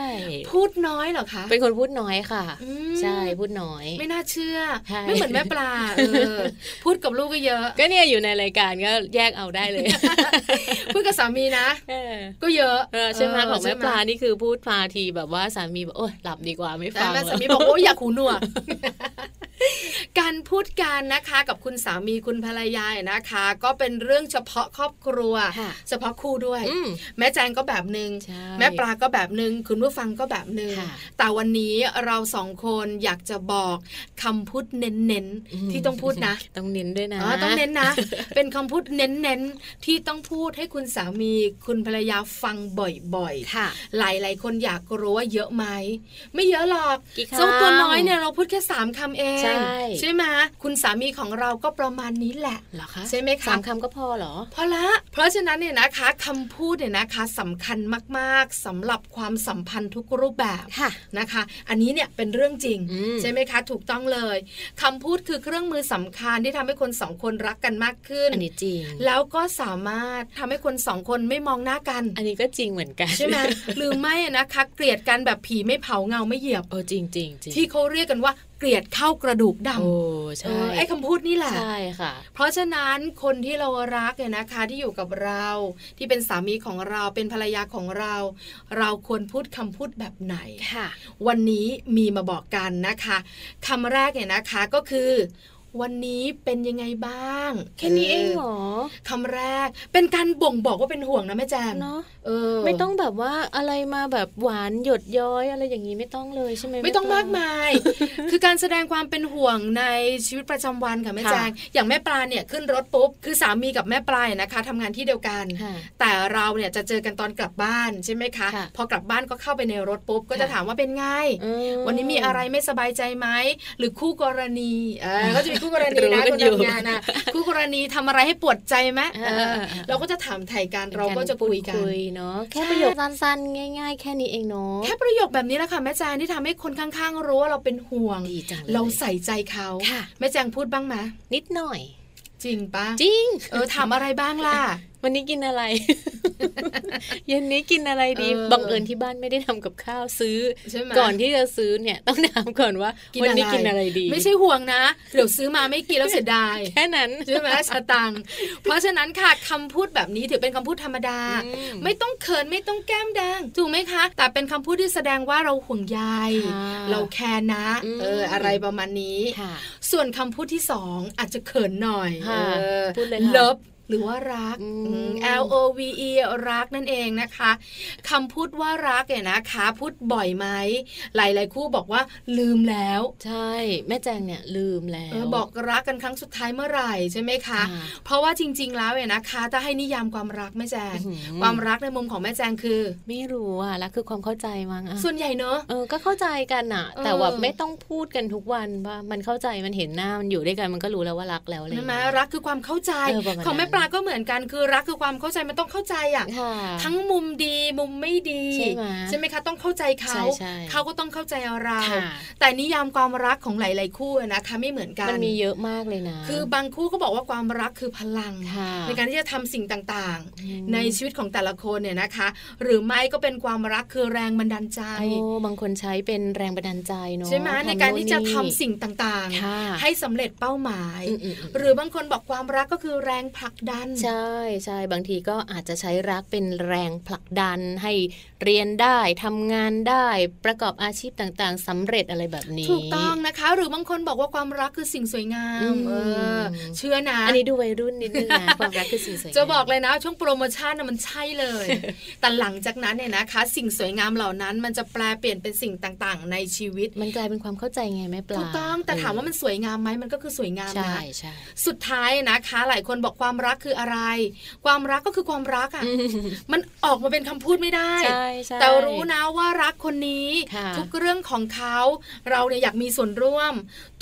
Speaker 2: พูดน้อยเหรอคะ
Speaker 1: เป็นคนพูดน้อยค่ะ
Speaker 2: อืม
Speaker 1: ใช่พูดน้อย
Speaker 2: ไม่น่าเชื่อ
Speaker 1: ใช่
Speaker 2: ไม่เหมือนแม่ปลาเออพูดกับลูกก็เย อะ
Speaker 1: ก็เนี่ยอยู่ในรายการก็แยกเอาได้ เลย
Speaker 2: พูดกับสามีนะ
Speaker 1: เออ
Speaker 2: ก็เยอะ
Speaker 1: เออใช่ไหม
Speaker 2: เ
Speaker 1: ของแม่
Speaker 2: ใช่ไห
Speaker 1: ปลานี่คือพูดพาทีแบบว่าสามีแบบโอ๊ยหลับดีกว่าไม่
Speaker 2: แต่
Speaker 1: ฟัง
Speaker 2: แม่สามี
Speaker 1: แล้ว
Speaker 2: บอกโอ้ยอยากหูหนวก การพูดกันนะคะกับคุณสามีคุณภรรยาเนี่ยนะคะ ก็เป็นเรื่องเฉพาะครอบครัว
Speaker 1: ค่ะ
Speaker 2: เฉพาะคู่ด้วย
Speaker 1: อืม
Speaker 2: แม่แจงก็แบบหนึง่ง
Speaker 1: ใช่
Speaker 2: แม่ปลาก็แบบหนึง่งคุณผู้ฟังก็แบบหนึง่ง
Speaker 1: ค่ะ
Speaker 2: แต่วันนี้เราสองคนอยากจะบอกคำพูดเน้นๆที่ต้องพูดนะ
Speaker 1: ต้องเน้นด้วยนะ
Speaker 2: อ๋อต้องเน้นนะ เป็นคำพูดเน้นๆที่ต้องพูดให้คุณสามีคุณภรรยาฟังบ่อยๆ
Speaker 1: ค่ะ
Speaker 2: หลายหลายๆคนอยากรู้ว่าเยอะไหม ไม่เยอะหรอก
Speaker 1: กี่คำ
Speaker 2: เจ้าตัวน้อยเนี่ยเราพูดแค่สามคำเอง
Speaker 1: ใช่
Speaker 2: ไหมคุณสามีของเราก็ประมาณนี้แหละ
Speaker 1: เหรอคะ
Speaker 2: ใช่ไหมคะ
Speaker 1: สามคำก็พอเหรอ
Speaker 2: พอละเพราะฉะนั้นเนี่ยนะคะคำพูดเนี่ยนะคะสำคัญมากๆสำหรับความสัมพันธ์ทุกรูปแบบ
Speaker 1: ค่ะ
Speaker 2: นะคะ อันนี้เนี่ยเป็นเรื่องจริง
Speaker 1: อืม
Speaker 2: ใช่ไหมคะถูกต้องเลยคำพูดคือเครื่องมือสำคัญที่ทำให้คนสองคนรักกันมากขึ้น
Speaker 1: อันนี้จริง
Speaker 2: แล้วก็สามารถทำให้คนสองคนไม่มองหน้ากัน
Speaker 1: อันนี้ก็จริงเหมือนกัน
Speaker 2: ใช่ไหมหรือไม่อะนะคะเกลียดกันแบบผีไม่เผาเงาไม่เหยียบ
Speaker 1: โอ้จริงจริงจริง
Speaker 2: ที่เขาเรียกกันว่าเกลียดเข้ากระดูกด
Speaker 1: โอ้
Speaker 2: ำ
Speaker 1: ใช่
Speaker 2: เออไอ้คำพูดนี่แหละ
Speaker 1: ใช่ค่ะ
Speaker 2: เพราะฉะนั้นคนที่เรารักเนี่ยนะคะที่อยู่กับเราที่เป็นสามีของเราเป็นภรรยาของเรา เราควรพูดคำพูดแบบไหน
Speaker 1: ค่ะ
Speaker 2: วันนี้มีมาบอกกันนะคะคำแรกเนี่ยนะคะก็คือ วันนี้เป็นยังไงบ้าง
Speaker 1: แค่นี้เองเหรอ
Speaker 2: คำแรกเป็นการบ่งบอกว่าเป็นห่วงนะแม่แจม
Speaker 1: เนาะ
Speaker 2: เออ
Speaker 1: ไม่ต้องแบบว่าอะไรมาแบบหวานหยดย้อยอะไรอย่างนี้ไม่ต้องเลยใช่ไหม
Speaker 2: ไม่ต้องมากมาย คือการแสดงความเป็นห่วงในชีวิตประจำวันค่ะแม่
Speaker 1: ค่ะ
Speaker 2: แจางอย่างแม่ปลาเนี่ยขึ้นรถปุ๊บ คือสามีกับแม่ปลาเนี่ยนะคะทำงานที่เดียวกัน
Speaker 1: ค่ะ
Speaker 2: แต่เราเนี่ยจะเจอกันตอนกลับบ้านใช่ไหมคะ
Speaker 1: ค่ะ
Speaker 2: พอกลับบ้านก็เข้าไปในรถปุ๊บ ก็จะ
Speaker 1: ค่ะ
Speaker 2: ถามว่าเป็นไง
Speaker 1: เออ
Speaker 2: วันนี้มีอะไรไม่สบายใจไหม หรือคู่กรณีเออก็จะมีคู่กรณีนะ
Speaker 1: รู้กั
Speaker 2: คน น
Speaker 1: อยู่
Speaker 2: ทำงานนะคู่กรณีทำอะไรให้ปวดใจไหม
Speaker 1: เออ
Speaker 2: เออเราก็จะถามไถ่กัน
Speaker 1: ป็น
Speaker 2: เราก็จะคุยกัน
Speaker 1: พูดเนาะแค่
Speaker 2: ใช่
Speaker 1: ประโยคสั้นๆง่าย ๆ แค่นี้เองเนาะ
Speaker 2: แค่ประโยคแบบนี้แหละค่ะแม่แจงที่ทำให้คนข้างๆรู้ว่าเราเป็นห่วง
Speaker 1: ดีจังเลย
Speaker 2: เราใส่ใจเขา
Speaker 1: ค่ะ
Speaker 2: แม่แจงพูดบ้างไหม
Speaker 1: นิดหน่อย
Speaker 2: จริงปะ
Speaker 1: จริง
Speaker 2: เออถามอะไรบ้างล่ะ
Speaker 1: วันนี้กินอะไร เย็นนี้กินอะไรดี
Speaker 2: เออ
Speaker 1: บังเอิญที่บ้านไม่ได้ทำกับข้าวซื้อ
Speaker 2: ใช่ไหม
Speaker 1: ก่อนที่จะซื้อเนี่ย ต้องถามก่อนว่า
Speaker 2: กิน
Speaker 1: วั
Speaker 2: อะไร
Speaker 1: นี้กินอะไรดี
Speaker 2: ไม่ใช่ห่วงนะเดี๋ยวซื้อมาไม่กินแล้วเสียดาย
Speaker 1: แค่นั้น
Speaker 2: ใช่ไหมชะตังค์เพราะฉะนั้นค่ะคำพูดแบบนี้ถือเป็นคำพูดธรรมดา
Speaker 1: อื
Speaker 2: ไม่ต้องเขินไม่ต้องแก้มแดงถูกไหมคะ แต่เป็นคำพูดที่แสดงว่าเราห่วงใย
Speaker 1: ค่ะ
Speaker 2: เราแคร์นะ
Speaker 1: อืม
Speaker 2: เอออะไรประมาณนี้
Speaker 1: ค่ะ
Speaker 2: ส่วนคำพูดที่สองอาจจะเขินหน่อย
Speaker 1: ค่ะ
Speaker 2: เออ
Speaker 1: พูดเลยค่ะ
Speaker 2: เลิฟหรือว่ารัก
Speaker 1: อืม
Speaker 2: อืม L O V E รักนั่นเองนะคะคำพูดว่ารักเนี่ยนะคะ พูดบ่อยไหมหลายๆคู่บอกว่าลืมแล้ว
Speaker 1: ใช่ แม่แจงเนี่ยลืมแล้
Speaker 2: เอ
Speaker 1: ว
Speaker 2: อบอกรักกันครั้งสุดท้ายเมื่อไหร่ใช่ไหมคะ
Speaker 1: ค่ะ
Speaker 2: เพราะว่าจริง ๆ แล้วเนี่ยนะคะถ้าให้นิยามความรักแม่แจง
Speaker 1: อื้อหือ
Speaker 2: ความรักในมุมของแม่แจงคือ
Speaker 1: ไม่รู้อ่ะแล้วคือความเข้าใจมั้งอ่ะ
Speaker 2: ส่วนใหญ่เนอะ
Speaker 1: เออก็เข้าใจกันอ่ะ
Speaker 2: เออ
Speaker 1: แต่ว่าไม่ต้องพูดกันทุกวันว่ามันเข้าใจมันเห็นหน้ามันอยู่ด้วยกันมันก็รู้แล้วว่ารักแล้วอะไรอย่า
Speaker 2: ใช่
Speaker 1: ง
Speaker 2: ไหม
Speaker 1: เงี้ย
Speaker 2: รักคือความเข้าใจ
Speaker 1: เออประมาณนั้น
Speaker 2: ของแม่ปลา ลาก็เหมือนกันคือรักคือความเข้าใจมันต้องเข้าใจอ่ะ
Speaker 1: ค่ะ
Speaker 2: ทั้งมุมดีมุมไม่ดี
Speaker 1: ใช่ไหม
Speaker 2: ใช่ไหมคะต้องเข้าใจเขา
Speaker 1: ใช่ๆ
Speaker 2: เขาก็ต้องเข้าใจเรา
Speaker 1: ค่ะ
Speaker 2: แต่นิยามความรักของหลาย ๆ คู่อะนะคะไม่เหมือนกัน
Speaker 1: มันมีเยอะมากเลยนะ
Speaker 2: คือบางคู่ก็บอกว่าความรักคือพลัง
Speaker 1: ค่ะ
Speaker 2: ในการที่จะทำสิ่งต่าง
Speaker 1: อืม
Speaker 2: ๆ ในชีวิตของแต่ละคนเนี่ยนะคะ หรือไม่ก็เป็นความรักคือแรงบันดาลใจ
Speaker 1: โอ้บางคนใช้เป็นแรงบันดาลใจเนาะ
Speaker 2: ใช่ไหม
Speaker 1: ทำ
Speaker 2: ในการที่จะทำ
Speaker 1: โน่นนี่
Speaker 2: สิ่งต่าง
Speaker 1: ค่ะ
Speaker 2: ให้สำเร็จเป้าหมาย
Speaker 1: อืมอืมอืม
Speaker 2: หรือบางคนบอกความรักก็คือแรงผลักดัน
Speaker 1: ใช่ใช่บางทีก็อาจจะใช้รักเป็นแรงผลักดันให้เรียนได้ทำงานได้ประกอบอาชีพต่างๆสำเร็จอะไรแบบนี้
Speaker 2: ถูกต้องนะคะ หรือบางคนบอกว่าความรักคือสิ่งสวยงาม
Speaker 1: อืม
Speaker 2: เออเชื่อนะ
Speaker 1: อันนี้ดูวัยรุ่นนิดนึ งนะความรักคือสิ่งสวยงาม
Speaker 2: จะบอกเลยนะ ช่วงโปรโมชั่นนะมันใช่เลย แต่หลังจากนั้นเนี่ยนะคะ สิ่งสวยงามเหล่านั้น มันจะแปลเปลี่ยนเป็นสิ่งต่างๆ ในชีวิต
Speaker 1: มันกลายเป็นความเข้าใจไงแม่ปลา
Speaker 2: ถูกต้องแต่ถามว่ามันสวยงามไหมมันก็คือสวยงาม
Speaker 1: ใช่
Speaker 2: นะ
Speaker 1: ใช่
Speaker 2: สุดท้ายนะคะ หลายคนบอกความรักคืออะไร ความรักก็คือความรักอ่ะมันออกมาเป็นคำพูดไม่ได้
Speaker 1: ใช่ใช่
Speaker 2: แต่รู้นะว่ารักคนนี้
Speaker 1: ค่ะ
Speaker 2: ทุกเรื่องของเขาเราเนี่ยอยากมีส่วนร่วม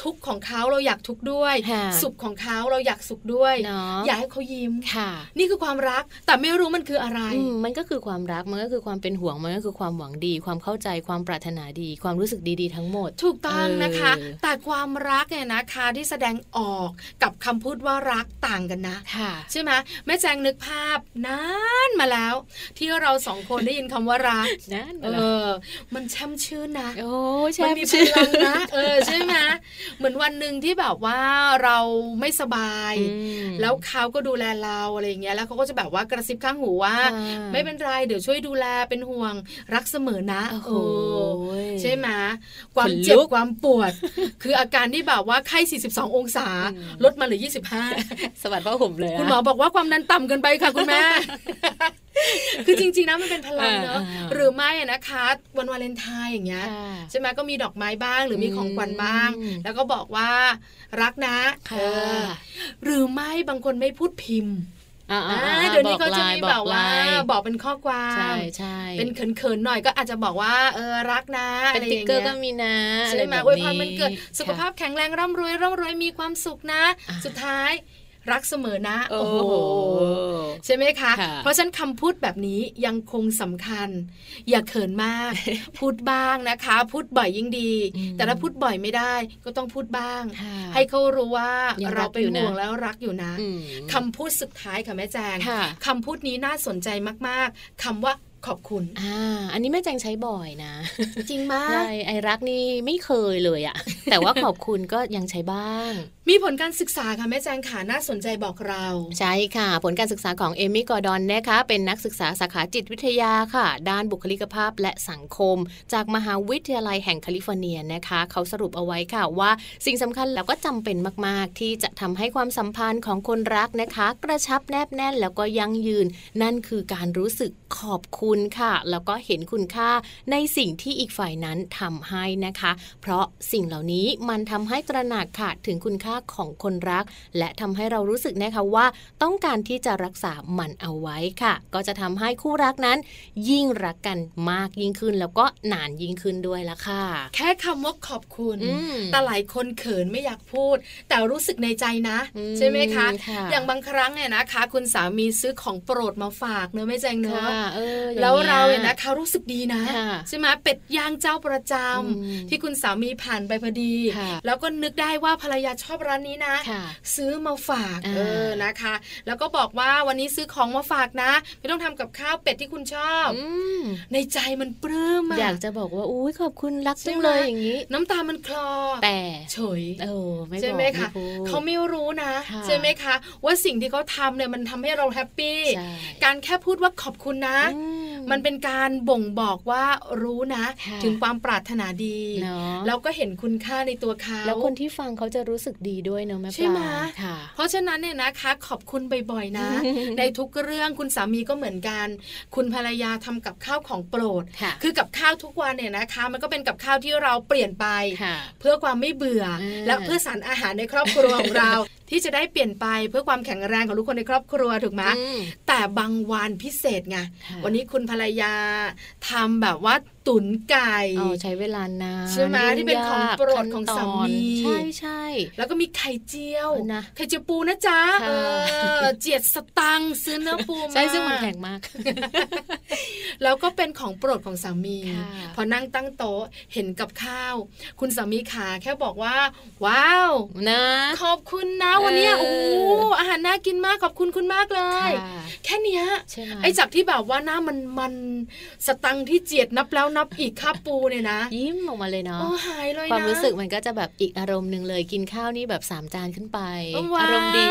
Speaker 2: ทุกข์ของเขาเราอยากทุกข์ด้วย
Speaker 1: ค่ะ
Speaker 2: สุขของเขาเราอยากสุขด้วย
Speaker 1: เนาะ
Speaker 2: อยากให้เขายิ้ม
Speaker 1: ค่ะ
Speaker 2: นี่คือความรักแต่ไม่รู้มันคืออะไร
Speaker 1: อืมมันก็คือความรักมันก็คือความเป็นห่วงมันก็คือความหวังดี ความเข้าใจความปรารถนาดี ความรู้สึกดีๆทั้งหมด
Speaker 2: ถูกต้องนะคะ
Speaker 1: เออ
Speaker 2: แต่ความรักเนี่ยนะคะที่แสดงออกกับคำพูดว่ารักต่างกันนะ
Speaker 1: ค่ะ
Speaker 2: ใช่ไหมแม่แจงนึกภาพนานมาแล้ว ที่เราสองคนได้ยินคำว่ารัก
Speaker 1: นั่น
Speaker 2: เอ
Speaker 1: เหรอ
Speaker 2: อ มันช่ำชื่นนะ
Speaker 1: โอ้แช
Speaker 2: มัน
Speaker 1: ม
Speaker 2: มีพ
Speaker 1: ชื่อ
Speaker 2: ลังนะ เออใช่ไหมเหมือนวันหนึ่งที่แบบว่าเราไม่สบาย แล้วเขาก็ดูแลเราอะไรอย่างเงี้ยแล้วเขาก็จะแบบว่ากระซิบข้างหูว่า
Speaker 1: ค่ะ
Speaker 2: ไม่เป็นไรเดี๋ยวช่วยดูแลเป็นห่วงรักเสมอนะ
Speaker 1: โอ้โห
Speaker 2: เออใช่ไหมความเจ็
Speaker 1: ขน
Speaker 2: บ
Speaker 1: ลุก
Speaker 2: ความปวด คืออาการที่แบบว่าไข้ 42 องศา
Speaker 1: อืม
Speaker 2: ลดมาเหลือ
Speaker 1: สวัสดีพ่อผมเลย
Speaker 2: 25
Speaker 1: อะ
Speaker 2: คุณหมอบอกว่าความดันต่ำเกินไปค่ะ คุณแม่ คือจริงๆนะมันเป็นพลังเนอะ
Speaker 1: อ่าอ่า
Speaker 2: หรือไม่อะนะคะ วันวาเลนไทน์อย่างเงี้ย
Speaker 1: ค่ะ
Speaker 2: ใช่ไหมก็มีดอกไม้บ้างหรือมีของขวัญบ้าง
Speaker 1: อืม
Speaker 2: แล้วก็บอกว่ารักนะ
Speaker 1: ค
Speaker 2: เอ
Speaker 1: ่ะ
Speaker 2: อหรือไม่บางคนไม่พูดพิมพ์
Speaker 1: อ่าอ่า
Speaker 2: อ่า
Speaker 1: อ่า
Speaker 2: เดี๋ยวนี้ก็จะ
Speaker 1: อกไล
Speaker 2: มี
Speaker 1: น์
Speaker 2: แบบ
Speaker 1: อกไล
Speaker 2: ว่า
Speaker 1: น์
Speaker 2: บอกเป็นข้อความ
Speaker 1: ใช่ใช่
Speaker 2: เป็นเขินๆหน่อยก็อาจจะบอกว่าเออรักนะ
Speaker 1: เป็น
Speaker 2: อะไรอ
Speaker 1: ติ๊ก
Speaker 2: ย่าง
Speaker 1: เกอ
Speaker 2: เงี้
Speaker 1: ร์ก็
Speaker 2: ย
Speaker 1: มีนะ
Speaker 2: ใช่ไหม
Speaker 1: ะรแบบ
Speaker 2: อวยพรมันเกิดสุขภาพ
Speaker 1: ค่ะ
Speaker 2: แข็งแรงร่ำรวยร่ำรวยมีความสุขนะ
Speaker 1: อ่า
Speaker 2: สุดท้ายรักเสมอนะ
Speaker 1: โอ้โห
Speaker 2: ใช่ไหมคะ
Speaker 1: ค่ะ
Speaker 2: เพราะฉะนั้นคำพูดแบบนี้ยังคงสำคัญ อย่าเขินมาก พูดบ้างนะคะ พูดบ่อยยิ่งดี
Speaker 1: อืม
Speaker 2: แต่ถ้าพูดบ่อยไม่ได้ก็ต้องพูดบ้าง
Speaker 1: ค่ะ
Speaker 2: ให้เขารู้ว่า
Speaker 1: ยังรั
Speaker 2: เรา
Speaker 1: ก
Speaker 2: เป็น
Speaker 1: อยู่นะ
Speaker 2: ห่วงแล้วรักอยู่นะ
Speaker 1: อืม
Speaker 2: คำพูดสุดท้ายค่ะแม่แจง
Speaker 1: ค่ะ
Speaker 2: คำพูดนี้น่าสนใจมากๆคำว่าขอบคุณ
Speaker 1: อ่าอันนี้แม่แจงใช้บ่อยนะ
Speaker 2: จริงมา
Speaker 1: ใช่
Speaker 2: ก
Speaker 1: ไอรักนี่ไม่เคยเลยอะ แต่ว่าขอบคุณก็ยังใช้บ้าง
Speaker 2: มีผลการศึกษาค่ะแม่แจงค่ะน่าสนใจบอกเรา
Speaker 1: ใช่ค่ะ ผลการศึกษาของเอมี่กอร์ดอนนะคะเป็นนักศึกษาสาขาจิตวิทยาค่ะ ด้านบุคลิกภาพและสังคม จากมหาวิทยาลัยแห่งแคลิฟอร์เนียนะคะ เขาสรุปเอาไว้ค่ะว่าสิ่งสำคัญแล้วก็จำเป็นมาก ๆ ที่จะทำให้ความสัมพันธ์ของคนรักนะคะ กระชับแนบแน่นแล้วก็ยั่งยืน นั่นคือการรู้สึกขอบคุณค่ะ แล้วก็เห็นคุณค่าในสิ่งที่อีกฝ่ายนั้นทำให้นะคะ เพราะสิ่งเหล่านี้มันทำให้ตระหนักค่ะถึงคุณค่าของคนรัก และทำให้เรารู้สึกนะคะว่า ต้องการที่จะรักษามันเอาไว้ค่ะ ก็จะทำให้คู่รักนั้น ยิ่งรักกันมากยิ่งขึ้น แล้วก็นานยิ่งขึ้นด้วยละค่ะ
Speaker 2: แค่คำว่าขอบคุณ
Speaker 1: อืม
Speaker 2: แต่หลายคนเขินไม่อยากพูด แต่รู้สึกในใจนะ
Speaker 1: อืม
Speaker 2: ใช่ไหมคะ
Speaker 1: ค่ะ
Speaker 2: อย่างบางครั้งเนี่ยนะคะ คุณสามีซื้อของโปรดมาฝากเนื้อะไม่แจงเนื้อะ
Speaker 1: ค่ะเอออย่างงี้ย
Speaker 2: แล้วเราเนี่ยนะคะรู้สึกดีนะ
Speaker 1: ค่ะ
Speaker 2: ใช่ไหมเป็ดย่างเจ้าประจ
Speaker 1: อืม
Speaker 2: ำที่คุณสามีผ่านไปพอดี
Speaker 1: ค่ะ
Speaker 2: แล้วก็นึกได้ว่าภรรยาชอบร้านนี้นะ
Speaker 1: ค่ะ
Speaker 2: ซื้อมาฝาก
Speaker 1: อ่า
Speaker 2: เออนะคะ แล้วก็บอกว่าวันนี้ซื้อของมาฝากนะ ไม่ต้องทำกับข้าวเป็ดที่คุณชอบ
Speaker 1: อืม
Speaker 2: ในใจมันปลื้มอะ
Speaker 1: อยากจะบอกว่าอุ้ยขอบคุณรักจังเลยอย่างนี้
Speaker 2: น้ำตามันคลอ
Speaker 1: แต่
Speaker 2: เฉย
Speaker 1: เออไม่บอก
Speaker 2: ใช่ไหมคะ
Speaker 1: พูด
Speaker 2: เขาไม่รู้นะ
Speaker 1: ค่ะ
Speaker 2: ใช่ไหมคะ ว่าสิ่งที่เขาทำเนี่ยมันทำให้เราแฮปปี้
Speaker 1: ใช่
Speaker 2: การแค่พูดว่าขอบคุณนะ
Speaker 1: อื
Speaker 2: มันเป็นการบ่งบอกว่ารู้นะ
Speaker 1: ค่ะ
Speaker 2: ถึงความปรารถนาดี
Speaker 1: เนาะ
Speaker 2: แล้วก็เห็นคุณค่าในตัวเขา
Speaker 1: แล้วคนที่ฟังเขาจะรู้สึกดีด้วยเนาะแม่ปลา
Speaker 2: ใช่ไหม
Speaker 1: ค่ะ
Speaker 2: เพราะฉะนั้นเนี่ยนะคะ ขอบคุณบ่อยๆนะ ในทุกเรื่องคุณสามีก็เหมือนกัน คุณภรรยาทำกับข้าวของโปรด
Speaker 1: ค่ะ
Speaker 2: คือกับข้าวทุกวันเนี่ยนะคะ มันก็เป็นกับข้าวที่เราเปลี่ยนไป
Speaker 1: ค่ะ
Speaker 2: เพื่อความไม่เบื่ออา และเพื่อสารอาหารในครอบครัวของเรา ที่จะได้เปลี่ยนไปเพื่อความแข็งแรงของทุกคนในครอบครัวถูกไหม
Speaker 1: อืม
Speaker 2: แต่บางวันพิเศษไง
Speaker 1: ค่ะ
Speaker 2: วันนี้คุณภรรยาทำแบบว่า ตุ๋นไก่
Speaker 1: เอาใช้เวลานาน
Speaker 2: ใช่ไหมที่เป็นของโปรดของสามี
Speaker 1: ขั้นตอนใช่ใช่
Speaker 2: แล้วก็มีไข่เจียว
Speaker 1: เอานะ
Speaker 2: ไข่เจียวปูนะจ๊ะ
Speaker 1: ค่ะ
Speaker 2: เออเจียดสตังค์ซื้อเนื้อปูมา
Speaker 1: ใช่ซึ่งมันแพงมาก
Speaker 2: แล้วก็เป็นของโปรดของสามี
Speaker 1: ค่ะ
Speaker 2: พอนั่งตั้งโต๊ะเห็นกับข้าว คุณสามีขาแค่บอกว่า ว้าว
Speaker 1: นะ
Speaker 2: ขอบคุณนะวันเนี้ย
Speaker 1: เอ
Speaker 2: โอ้
Speaker 1: อ
Speaker 2: โหอาหารน่ากินมากขอบคุณคุณมากเลย
Speaker 1: ค่ะ
Speaker 2: แค่เนี้ย
Speaker 1: ใช่ไหม
Speaker 2: ไอ้จากที่แบบว่าหน้ามันมันๆสตังค์ที่เจียดนับแล้วนับอีกค่าปูเนี่ยนะ
Speaker 1: ยิ้มออกมาเลยเนาะ
Speaker 2: โอ้หายเลยนะ
Speaker 1: ความรู้สึกมันก็จะแบบอีกอารมณ์หนึ่งเลยกินข้าวนี่แบบสามจานขึ้นไป
Speaker 2: ว้ว
Speaker 1: อารมณ์ดี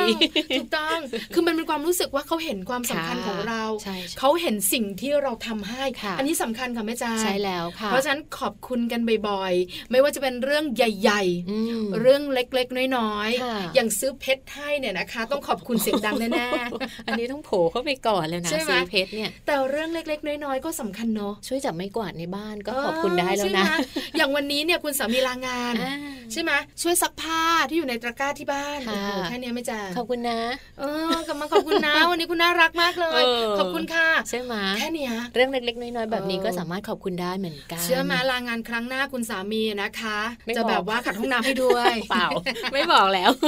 Speaker 2: ถูกต้อง คือมันเป็นความรู้สึกว่าเขาเห็นความสำคัญ
Speaker 1: ค่ะ
Speaker 2: ของเรา
Speaker 1: ใช่ใช่
Speaker 2: เขาเห็นสิ่งที่เราทำให้
Speaker 1: ค่ะ
Speaker 2: อันนี้สำคัญค่ะแม่จาง
Speaker 1: ใช่แล้วค่ะ
Speaker 2: เพราะฉะนั้นขอบคุณกันบ่อยๆ ไม่ว่าจะเป็นเรื่องใหญ่
Speaker 1: อืม
Speaker 2: ๆ เรื่องเล็กๆ น้อย
Speaker 1: ค่ะ
Speaker 2: ๆ อย่างซื้อเพชรให้เนี่ยนะคะ ต้องขอบคุณเสียงดังแน่
Speaker 1: อันนี้ต้องโผล่เข้าไปก่อนเลยนะ
Speaker 2: ใช่ไหม
Speaker 1: สีเพชรเนี่ย
Speaker 2: ๆ แต่เรื่องเล็กๆ น้อยๆ ก็สำคัญเนอะ
Speaker 1: ช่วยจับไม้กวาดในบ้านก็ขอบคุณได้แล้วนะ
Speaker 2: เออใช่ไหมอย่างวันนี้เนี่ยคุณสามีลางาน
Speaker 1: อ่า
Speaker 2: ใช่ไหมช่วยซักผ้าที่อยู่ในตะกร้าที่บ้าน
Speaker 1: ค่ะ
Speaker 2: โอ้โหแค่เนี้ยแม่จาง
Speaker 1: ขอบคุณนะ
Speaker 2: เออกลับมาขอบ คุณนะ วันนี้คุณน่ารักมากเลย
Speaker 1: เออ
Speaker 2: ขอบคุณค่ะ
Speaker 1: ใช่ไหม
Speaker 2: แค่เนี้ย
Speaker 1: เรื่องเล็กๆ น้อยๆ แบบนี้
Speaker 2: เออ
Speaker 1: ก็สามารถขอบคุณได้เหมือนกัน
Speaker 2: เชื่อมาลางานครั้งหน้าคุณสามีนะคะ
Speaker 1: ไม่บ
Speaker 2: จะ
Speaker 1: อก
Speaker 2: แบบว่าขัดห้องน้ำให้ด้วย
Speaker 1: เปล่า ไม่บอกแล้ว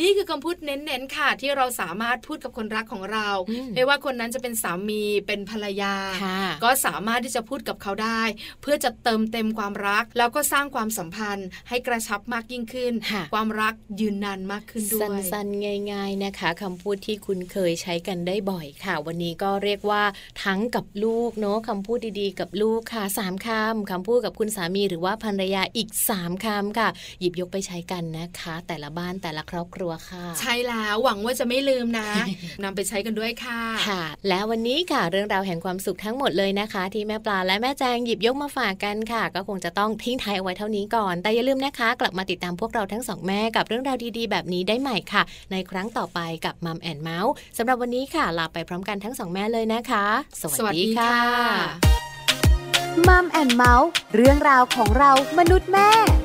Speaker 2: นี่คือคำพูดเน้นๆค่ะ ที่เราสามารถพูดกับคนรักของเรา
Speaker 1: อืม
Speaker 2: ไม่ว่าคนนั้นจะเป็นสามีเป็นภรรยา
Speaker 1: ค่ะ
Speaker 2: ก็สามารถที่จะพูดกับเขาได้ เพื่อจะเติมเต็มความรัก แล้วก็สร้างความสัมพันธ์ ให้กระชับมากยิ่งขึ้น
Speaker 1: ค่ะ
Speaker 2: ความรักยืนนานมากขึ้นด้วย
Speaker 1: สั้นๆ ง่าย ๆ นะคะคำพูดที่คุณเคยใช้กันได้บ่อยค่ะ วันนี้ก็เรียกว่าทั้งกับลูกเนาะคำพูดดีๆ กับลูกค่ะสามคำคำพูดกับคุณสามีหรือว่าภรรยาอีกสามคำค่ะ หยิบยกไปใช้กันนะคะ แต่ละบ้านแต่ละครอบครัวค่ะ
Speaker 2: ใช่แล้วหวังว่าจะไม่ลืมนะ นำไปใช้กันด้วยค่ะ
Speaker 1: ค่ะ และวันนี้ค่ะเรื่องราวแห่งความสุขทั้งหมดเลยนะคะ ที่แม่ปลาและแม่แจงหยิบยกมาฝากกันค่ะ ก็คงจะต้องทิ้งท้ายเอาไว้เท่านี้ก่อน แต่อย่าลืมนะคะ กลับมาติดตามพวกเราทั้งสองแม่กับเรื่องราวดีๆ แบบนี้ได้ใหม่ค่ะ ในครั้งต่อไปกับมัมแอนเมาส์สำหรับวันนี้ค่ะ ลาไปพร้อมกันทั้งสองแม่เลยนะคะ สวัสดีค่ะ
Speaker 5: มัมแอนเมาส์เรื่องราวของเรามนุษย์แม่